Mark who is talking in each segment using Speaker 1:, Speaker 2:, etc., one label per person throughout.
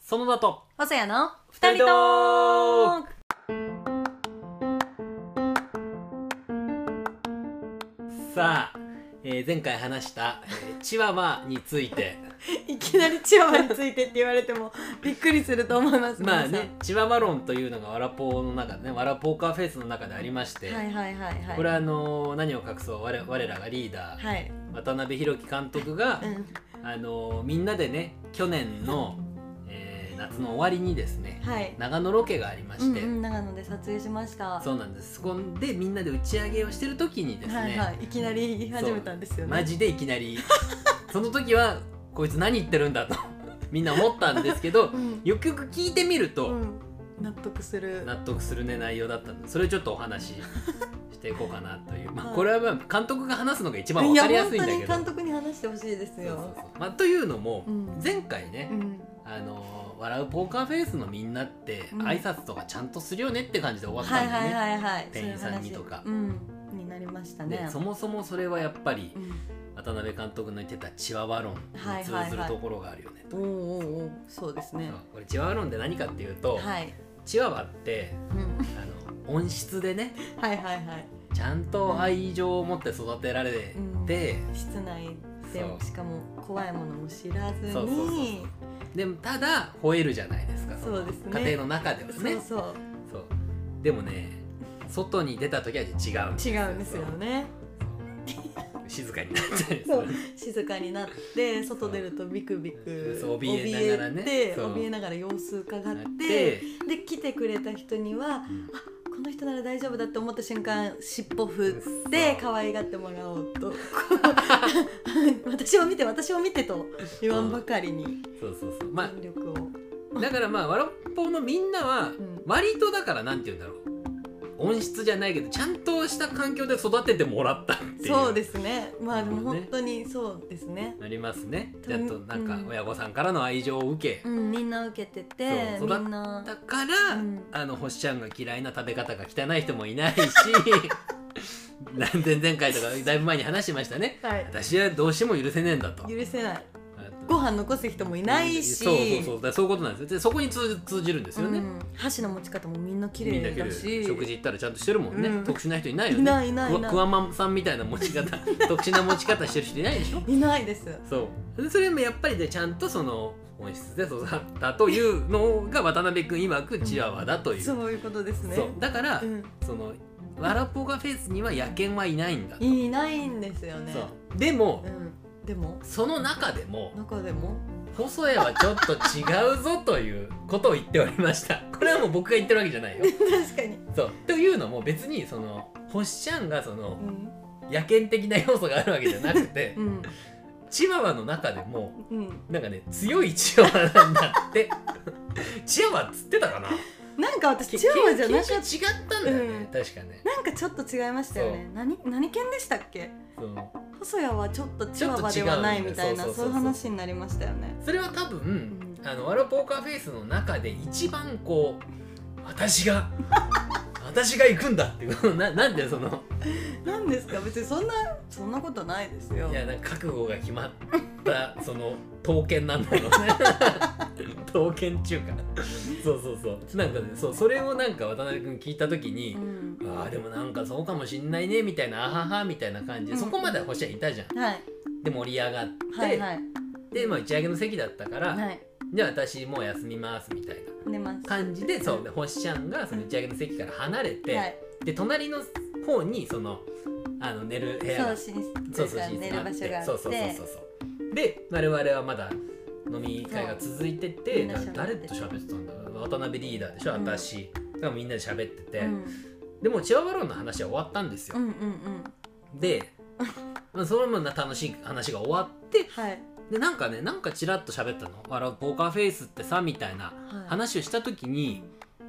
Speaker 1: そのだと
Speaker 2: 細谷の
Speaker 1: 二
Speaker 2: 二
Speaker 1: 人
Speaker 2: 人
Speaker 1: ト
Speaker 2: ト
Speaker 1: ー
Speaker 2: ー
Speaker 1: さあ、えー前回話した、えーチワワについて
Speaker 2: クいきなり千葉についてって言われてもびっくりすると思います
Speaker 1: まあねチワワ論というのがワラポーの中でねワラポーカーフェイスの中でありまして、
Speaker 2: 皆さんはいはいはいはい
Speaker 1: これはあのー何を隠そう我我らがリーダー、
Speaker 2: はい、
Speaker 1: 渡辺弘樹監督が、
Speaker 2: うん、
Speaker 1: あのーみんなでね去年の、えー夏の終わりにですね
Speaker 2: はい
Speaker 1: 長野ロケがありま
Speaker 2: う
Speaker 1: し
Speaker 2: ん
Speaker 1: て、
Speaker 2: うん長野で撮影しました
Speaker 1: そうなんですそこでみんなで打ち上げをしてる時にですね、
Speaker 2: はいはいいきなり言い始めたんですよね
Speaker 1: マジでいきな りその時はこいつ何言ってるんだとみんな思ったんですけど
Speaker 2: うん、
Speaker 1: よくよく聞いてみると、
Speaker 2: うん、納得する
Speaker 1: 納得するね内容だったのでそれをちょっとお話し していこうかなという、まあ、
Speaker 2: はい
Speaker 1: これはまあ監督が話すのが一番わかりやすいんだけど
Speaker 2: や本当に監督に話してほしいです
Speaker 1: そ
Speaker 2: よ
Speaker 1: うそうそうまあ、というのも、
Speaker 2: うん
Speaker 1: 前回ね、
Speaker 2: うん
Speaker 1: あのー笑うポーカーフェイスのみんなって
Speaker 2: うん
Speaker 1: 挨拶とかちゃんとするよねって感じで終わった
Speaker 2: は
Speaker 1: ん
Speaker 2: い
Speaker 1: でね、
Speaker 2: はいはいはい
Speaker 1: 店員さんにとか
Speaker 2: そういう話うん、になりましたね
Speaker 1: でそもそもそれはやっぱり
Speaker 2: うん、
Speaker 1: 渡辺監督の言ってたチワワ論に通ずるところがあるよねと
Speaker 2: おーおーおーそうですね
Speaker 1: そうこれチワワ論って何かっていうと、
Speaker 2: はい、
Speaker 1: チワワって
Speaker 2: うん、
Speaker 1: あの温室でね
Speaker 2: はいはいはい
Speaker 1: ちゃんと愛情を持って育てられて、
Speaker 2: 室内で
Speaker 1: そう
Speaker 2: しかも怖いものも知らずに
Speaker 1: そうそうそうでもただ吠えるじゃないですかの
Speaker 2: そうですね
Speaker 1: 家庭の中ではね
Speaker 2: そうそ
Speaker 1: そうでもね外に出た時は違うんです
Speaker 2: う違うんですよね
Speaker 1: 静かになっちゃう
Speaker 2: そう静かになって外出るとビクビク
Speaker 1: そう怯えながらね
Speaker 2: 怯えて
Speaker 1: そう
Speaker 2: 怯えながら様子伺
Speaker 1: な
Speaker 2: っ
Speaker 1: って
Speaker 2: で来てくれた人には
Speaker 1: うん
Speaker 2: この人なら大丈夫だって思った瞬間尻尾振って
Speaker 1: そう
Speaker 2: 可愛がってもらおうと こう私を見て私を見てと言わんばかりに
Speaker 1: そうそうそうま
Speaker 2: 全力を、
Speaker 1: あだからまあわらっぽうのみんなは
Speaker 2: うん
Speaker 1: 割とだからなんて言うんだろう温室じゃないけどちゃんとした環境で育ててもらったっていう
Speaker 2: そうですねまあでも
Speaker 1: そうね
Speaker 2: 本当にそうですね
Speaker 1: なりますね
Speaker 2: と
Speaker 1: ちゃんとなんか親御さんからの愛情を受け
Speaker 2: うん、みんな受けてて
Speaker 1: そ
Speaker 2: み
Speaker 1: う育っ
Speaker 2: んな
Speaker 1: だから、
Speaker 2: うん
Speaker 1: あの星ちゃんが嫌いな食べ方が汚い人もいないし なん前々回とかだいぶ前に話してましたね
Speaker 2: はい
Speaker 1: 私はどうしても許せねえんだと
Speaker 2: 許せない
Speaker 1: あと
Speaker 2: ご飯残す人もいないし
Speaker 1: そうそうそうだからそういうことなんですよでそこに通じ通じるんですよね、
Speaker 2: うん箸の持ち方もみんな綺
Speaker 1: みんな
Speaker 2: 麗
Speaker 1: け
Speaker 2: だ
Speaker 1: る
Speaker 2: し
Speaker 1: 食事行ったらちゃんとしてるもんね、
Speaker 2: うん
Speaker 1: 特殊な人いないよね
Speaker 2: いないいないいない
Speaker 1: クワクワマンさんみたいな持ち方 特殊な持ち方してる人いないでしょ
Speaker 2: いないです
Speaker 1: そうでそれもやっぱりでちゃんとその本質で育ったというのが渡辺君曰くチワワだという,、
Speaker 2: そういうことですね
Speaker 1: そうだから、
Speaker 2: うん
Speaker 1: そのワラポガフェスには野犬はいないんだと、
Speaker 2: いないんですよね
Speaker 1: そうでも、
Speaker 2: うんでも
Speaker 1: その中でも
Speaker 2: 中でも
Speaker 1: 細谷はちょっと違うぞということを言っておりましたこれはもう僕が言ってるわけじゃ ないよ
Speaker 2: 確かに
Speaker 1: そうというのも別にその星ちゃんがその
Speaker 2: うん
Speaker 1: 野犬的な要素があるわけじゃなくて
Speaker 2: うん
Speaker 1: チワワの中でも
Speaker 2: うん
Speaker 1: なんかね強いチワワなんだって チワワっつってたか な
Speaker 2: なんか私チワワじゃなかった
Speaker 1: 犬種違ったんだよね、
Speaker 2: うん
Speaker 1: 確かね
Speaker 2: なんかちょっと違いましたよね何何犬でしたっけ
Speaker 1: そう
Speaker 2: 細谷はちょっとチワワではないみたいな
Speaker 1: ちょっと違
Speaker 2: そ
Speaker 1: だよそうそうそうそう
Speaker 2: ううんいう話になりましたよね
Speaker 1: それは多分、あのワロポーカーフェイスの中で一番こう私 が私が行くんだっていう このななんでその
Speaker 2: なんですか別にそんなそんなことないですよ
Speaker 1: いやなんか覚悟が決まったその刀剣なんだろ うね刀剣中華そうそうそうなんかねそうそれをなんか渡辺君聞いた時に
Speaker 2: う、ん
Speaker 1: あーでもなんかそうかもしんないねみたいなあははみたいな感じで、
Speaker 2: うん
Speaker 1: そこまでは星はいたじゃん
Speaker 2: はい
Speaker 1: で盛り上がって、
Speaker 2: はいはい
Speaker 1: で、まあ、打ち上げの席だったから、
Speaker 2: はい
Speaker 1: じゃあ私もう休みますみたいな
Speaker 2: 寝ます
Speaker 1: 感じでそうで星ちゃんがその打ち上げの席から離れて、
Speaker 2: はい
Speaker 1: で隣の方にそのあの寝る部屋
Speaker 2: そ
Speaker 1: が
Speaker 2: う寝室
Speaker 1: そう
Speaker 2: というか寝る場所があって
Speaker 1: そうそうそうそうそうで我々はまだ飲み会が続いて
Speaker 2: そう
Speaker 1: て
Speaker 2: みんな
Speaker 1: だ
Speaker 2: 喋って
Speaker 1: 誰と喋ってたんだろう渡辺リーダーでしょ
Speaker 2: うん
Speaker 1: 私、だからみんなで喋ってて、
Speaker 2: うん
Speaker 1: でもうチワワロンの話は終わったんですよ
Speaker 2: う、んうんうん
Speaker 1: でまあそのまま楽しい話が終わって
Speaker 2: はい
Speaker 1: でなんかねなんかチラッと喋ったの「笑うポーカーフェイスってさ」みたいな
Speaker 2: はい
Speaker 1: 話をした時に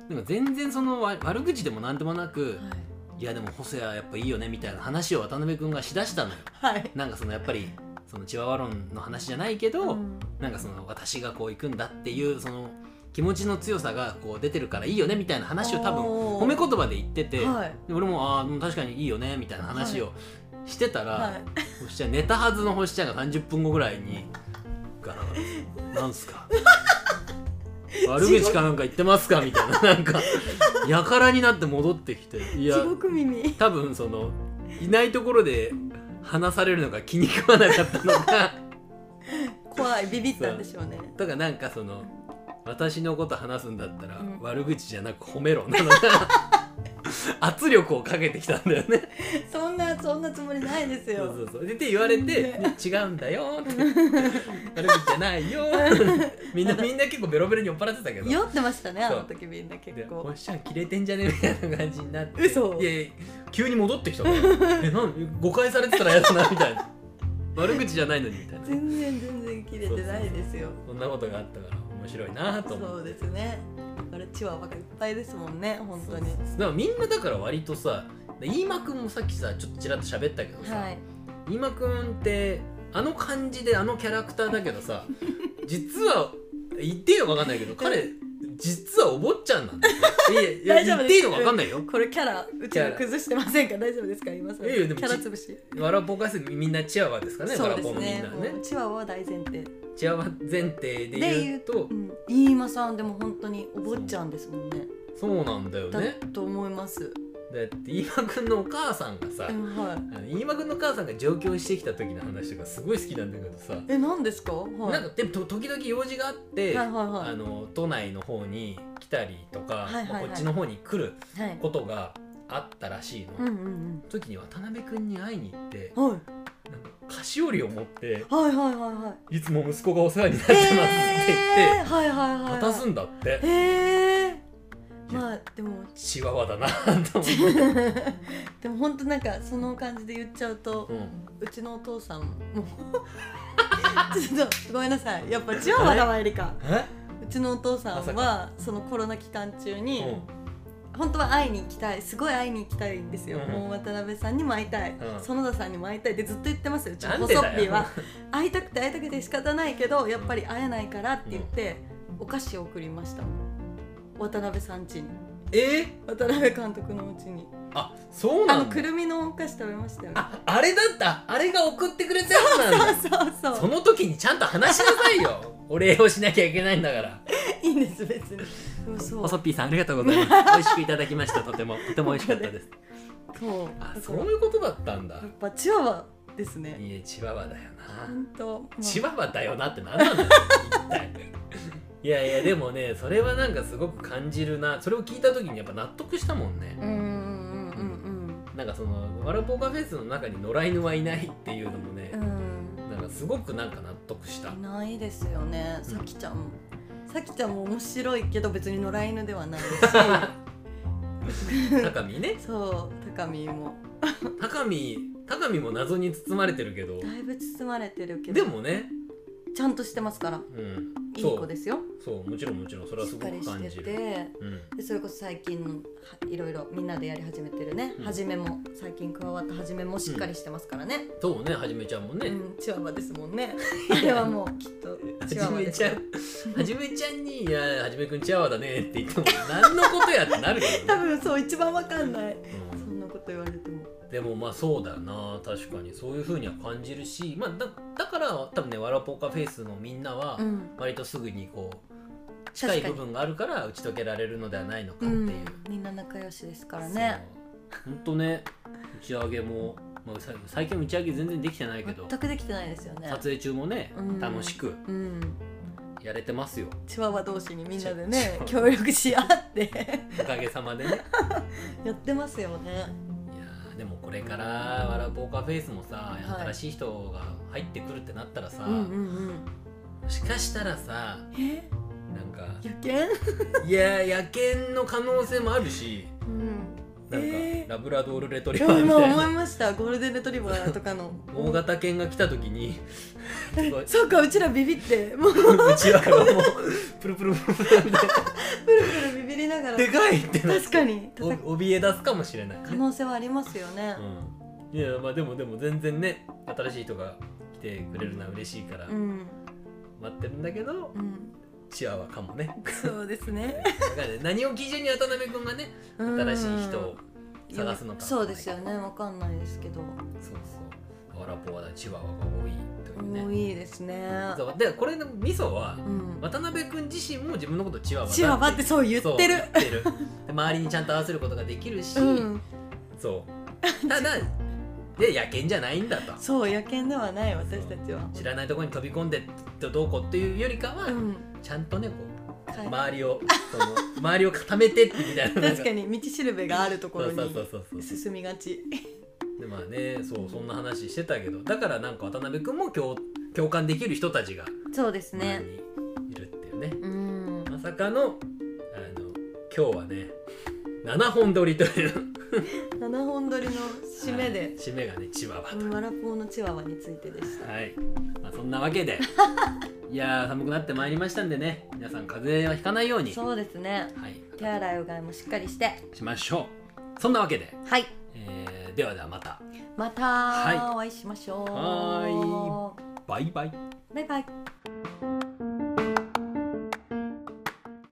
Speaker 1: なんか全然そのわ悪口でも何でもなく
Speaker 2: はい
Speaker 1: 「いやでも細谷やっぱいいよね」みたいな話を渡辺君がしだしたのよ。
Speaker 2: はい
Speaker 1: なんかそのやっぱりそのチワワ論の話じゃないけど、
Speaker 2: うん
Speaker 1: なんかその私がこう行くんだっていうその気持ちの強さがこう出てるからいいよねみたいな話を多分
Speaker 2: おー
Speaker 1: 褒め言葉で言ってて、
Speaker 2: はい
Speaker 1: で俺もああ確かにいいよねみたいな話をしてたら、
Speaker 2: はい
Speaker 1: 星ちゃん寝たはずの星ちゃんが30分後ぐらいにガラガラです「なんすか悪口かなんか言ってますかみたいななんかやからになって戻ってきていや
Speaker 2: 地獄耳
Speaker 1: 多分そのいないところで話されるのが気に食わなかったのか
Speaker 2: 怖いビビったんでしょうね
Speaker 1: とかなんかその私のこと話すんだったら、
Speaker 2: うん
Speaker 1: 悪口じゃなく褒めろなのが 圧力をかけてきたんだよね。
Speaker 2: そんなそんなつもりないです
Speaker 1: そ
Speaker 2: よ
Speaker 1: うそうそうでって言われて、
Speaker 2: ね
Speaker 1: 違うんだよって悪口じゃない よみんなみんな結構ベロベロに酔っ払ってたけど
Speaker 2: 酔ってましたねあ
Speaker 1: そう
Speaker 2: の時みんな結
Speaker 1: でお
Speaker 2: 構
Speaker 1: っしゃん切れてんじゃねみたいな感じになって
Speaker 2: 嘘
Speaker 1: いやいや急に戻ってきたからえなん誤解されてたら嫌だなみたい な悪口じゃないのにみたいな
Speaker 2: 全然全然切れてないですよ
Speaker 1: そんなことがあったから面白いなと
Speaker 2: そ
Speaker 1: 思って
Speaker 2: うですねあれチワワがいっぱいですもんね本当
Speaker 1: そ
Speaker 2: に
Speaker 1: うそうそうだからみんなだから割とさ飯間くんもさっきさちょっとちらっと喋ったけどさ、
Speaker 2: はい
Speaker 1: 飯間くんってあの感じであのキャラクターだけど さ実は言っていいのか分かんないけど彼実はお坊ちゃんなんだよいやい
Speaker 2: 大
Speaker 1: や言
Speaker 2: 丈夫
Speaker 1: っ
Speaker 2: で
Speaker 1: ていい
Speaker 2: す
Speaker 1: のか分かんないよ
Speaker 2: これキャラうち
Speaker 1: キャ
Speaker 2: ら
Speaker 1: ラ
Speaker 2: 崩してませんか大丈夫ですか今さ
Speaker 1: い
Speaker 2: キ
Speaker 1: やいやでも
Speaker 2: ャラ潰し
Speaker 1: わらぼかすみんなチワワですかね
Speaker 2: そうで
Speaker 1: わ
Speaker 2: す
Speaker 1: らぼのみん
Speaker 2: ね
Speaker 1: な
Speaker 2: もう
Speaker 1: ね
Speaker 2: チワワは大前提
Speaker 1: チワワ前提で言
Speaker 2: で言
Speaker 1: う
Speaker 2: う
Speaker 1: と
Speaker 2: うん飯間さんでも本当にお坊ちゃんですもんね
Speaker 1: そうなんだよ
Speaker 2: だ
Speaker 1: ね
Speaker 2: と思います
Speaker 1: だって飯間くんのお母さんがさ、
Speaker 2: うんはい
Speaker 1: あの飯間くんの母さんが上京してきた時の話とかすごい好きなんだけどさ、
Speaker 2: え何ですかはい
Speaker 1: なんかでもと時々用事があって、
Speaker 2: はいはいはい
Speaker 1: あの都内の方に来たりとか、
Speaker 2: はいはいはい
Speaker 1: まあこっちの方に来る
Speaker 2: はい
Speaker 1: ことがあったらしいの、
Speaker 2: うんうん
Speaker 1: 時に渡辺君に会いに行って
Speaker 2: うんはい
Speaker 1: なんか菓子折りを持って
Speaker 2: はいはいはい は
Speaker 1: 「
Speaker 2: い
Speaker 1: いつも息子がお世話になってます」って
Speaker 2: え
Speaker 1: 言
Speaker 2: ー
Speaker 1: って
Speaker 2: はいはいはいはい
Speaker 1: 渡すんだって
Speaker 2: へえまあで も
Speaker 1: チワワだなと思って、
Speaker 2: でも本当なんかその感じで言っちゃうと、
Speaker 1: う
Speaker 2: うんちのお父さん もちょっとごめんなさいやっぱチワワだわエリカ
Speaker 1: え
Speaker 2: うちのお父さ
Speaker 1: まさ
Speaker 2: んはそのコロナ期間中に、
Speaker 1: うん
Speaker 2: 本当は会いに行きたいすごい会いに行きたいんですよ、
Speaker 1: うん
Speaker 2: もう渡辺さんにも会いたい、
Speaker 1: うん
Speaker 2: 園田さんにも会いたいってずっと言ってますようちの
Speaker 1: なん
Speaker 2: 細
Speaker 1: で
Speaker 2: っぴ
Speaker 1: だ
Speaker 2: ー
Speaker 1: よ
Speaker 2: は会いたくて会いたくて仕方ないけどやっぱり会えないからって言って、お菓子を送りましたもん渡辺さん家に
Speaker 1: え
Speaker 2: 渡辺監督の家に
Speaker 1: あそう
Speaker 2: あ
Speaker 1: な
Speaker 2: の
Speaker 1: ん
Speaker 2: く
Speaker 1: だ
Speaker 2: るみのお菓子食べましたよね
Speaker 1: ああれだったあれが送ってくれたやつなんだ
Speaker 2: そうそう
Speaker 1: そ
Speaker 2: そう
Speaker 1: の時にちゃんと話しなさいよお礼をしなきゃいけないんだから
Speaker 2: いいんです別にでもそう
Speaker 1: 細
Speaker 2: そ
Speaker 1: っぴーさんありがとうございます 美味しくいただきましたとてもとても美味しかったです
Speaker 2: う
Speaker 1: あ
Speaker 2: だ
Speaker 1: そう
Speaker 2: からや
Speaker 1: いうことだったんだ
Speaker 2: っぱチワワですね
Speaker 1: いえチワワだよな
Speaker 2: 本当まあ
Speaker 1: チワワだよなって何なんだよ一体いやいやでもねそれはなんかすごく感じるなそれを聞いた時にやっぱ納得したもんね
Speaker 2: うんうんうん
Speaker 1: なんかそのワラポーカーフェスの中に野良犬はいないっていうのもね
Speaker 2: うんう、ん
Speaker 1: なんかすごくなんか納得した
Speaker 2: いないですよねさきちゃんも、さきちゃんも面白いけど別に野良犬では ないし
Speaker 1: 高見ね
Speaker 2: そう高見も
Speaker 1: 高見高見も謎に包まれてるけど
Speaker 2: だいぶ包まれてるけ
Speaker 1: で
Speaker 2: ど
Speaker 1: もね
Speaker 2: ちゃんとしてますから
Speaker 1: うん
Speaker 2: いい子ですよ
Speaker 1: そうそうもちろんもちろんそれは
Speaker 2: し
Speaker 1: す
Speaker 2: っ
Speaker 1: ご
Speaker 2: かり
Speaker 1: く
Speaker 2: し
Speaker 1: 感
Speaker 2: て
Speaker 1: じ
Speaker 2: て
Speaker 1: るうん
Speaker 2: でそれこそ最近はいろいろみんなでやり始めてるね、
Speaker 1: うん
Speaker 2: はじめも最近加わったはじめもしっかりしてますからね、
Speaker 1: そうねはじめちゃんも
Speaker 2: う
Speaker 1: ね、
Speaker 2: んチワワですもんねあれはもうきっと
Speaker 1: は
Speaker 2: チ
Speaker 1: じ
Speaker 2: ワワ
Speaker 1: め
Speaker 2: です
Speaker 1: ちゃんはじめちゃんに「いやはじめくんチワワだね」って言っても何のことやってなるけど
Speaker 2: 多
Speaker 1: ね、
Speaker 2: 分そう一番わかんないそ
Speaker 1: うん
Speaker 2: んなこと言われても
Speaker 1: でもまあそうだよな確かにそういうふうには感じるし、まあ、だだから多分ねわらポーカーフェイスのみんなは
Speaker 2: うん
Speaker 1: 割とすぐにこう近い部分があるから打ち解けられるのではないのかって
Speaker 2: う
Speaker 1: いう。
Speaker 2: ん、みんな仲良しですからね
Speaker 1: そう。本当ね打ち上げも、まあ、さ最近打ち上げ全然できてないけど
Speaker 2: 全くできてないですよね
Speaker 1: 撮影中もね、
Speaker 2: うん
Speaker 1: 楽しく
Speaker 2: うん
Speaker 1: やれてますよ
Speaker 2: チワワ同士にみんなでね
Speaker 1: チワ
Speaker 2: 協力し合って
Speaker 1: おかげさまでねいや
Speaker 2: やってますよね
Speaker 1: ーでもこれからわらポーカーフェイスもさ
Speaker 2: い
Speaker 1: 新しい人が入ってくるってなったらさ、
Speaker 2: うんうんうん
Speaker 1: もしかしたらさ
Speaker 2: え
Speaker 1: なんか
Speaker 2: 野犬
Speaker 1: いやー野犬の可能性もあるし
Speaker 2: うん
Speaker 1: なんか、
Speaker 2: えー
Speaker 1: ラブラドールレトリ
Speaker 2: いや
Speaker 1: バーみ
Speaker 2: 今
Speaker 1: たい
Speaker 2: 思い
Speaker 1: な
Speaker 2: ましたゴールデンレトリバーとかの
Speaker 1: 大型犬が来た時 にすごい
Speaker 2: そうかうちらビビってもうプル
Speaker 1: うちわがもうプルプルプルプルみたいな
Speaker 2: プルビビりながら
Speaker 1: でかいってなって
Speaker 2: 確かに
Speaker 1: お怯え出すかもしれない、
Speaker 2: 可能性はありますよね
Speaker 1: うん、いやまあでもでも全然ね新しい人が来てくれるのは嬉しいから
Speaker 2: うん
Speaker 1: 待ってるんだけど、
Speaker 2: うん
Speaker 1: チワワかもね
Speaker 2: そうですね
Speaker 1: だからね何を基準に渡辺君がね 新しい人を
Speaker 2: うん
Speaker 1: 探すのか
Speaker 2: そうですよねわかんないですけど
Speaker 1: そうそうワラポワだチワワが多いという
Speaker 2: 多
Speaker 1: ね
Speaker 2: いですね
Speaker 1: そうでこれのミソは
Speaker 2: うん
Speaker 1: 渡辺君自身も自分のことをチワワだ
Speaker 2: チワワってそう言ってる
Speaker 1: そう言ってるで周りにちゃんと合わせることができるし、
Speaker 2: うん
Speaker 1: そうただで野犬じゃないんだと
Speaker 2: そう野犬ではない私たちは
Speaker 1: 知らないところに飛び込んでどうこうっていうよりかは、
Speaker 2: うん
Speaker 1: ちゃんとねこう
Speaker 2: はい
Speaker 1: 周りをその周りを固めてってみたいな
Speaker 2: 確か
Speaker 1: に
Speaker 2: に道しるべがあるところ
Speaker 1: そうそ
Speaker 2: に
Speaker 1: うそうそう
Speaker 2: 進みがち
Speaker 1: でまあねそうそんな話してたけどだからなんか渡辺君も共共感できる人たちが
Speaker 2: そうです
Speaker 1: 周りにいるっていうね
Speaker 2: うん
Speaker 1: まさかのあの今日はね7本撮りという
Speaker 2: 7本撮りの締め
Speaker 1: はい
Speaker 2: で
Speaker 1: 締めがねチワワと
Speaker 2: 「マラポーのチワワ」についてでした
Speaker 1: はい、まあ、そんなわけ でいやー寒くなってまいりましたんでね皆さん風邪はひかないように
Speaker 2: そうですね
Speaker 1: はい
Speaker 2: 手洗いうがいもしっかりして
Speaker 1: しましょうそんなわけで、
Speaker 2: はい
Speaker 1: えー、ではではまた
Speaker 2: ま
Speaker 1: はい
Speaker 2: たお会いしましょう、
Speaker 1: はー
Speaker 2: い
Speaker 1: バイバイ
Speaker 2: バイバイ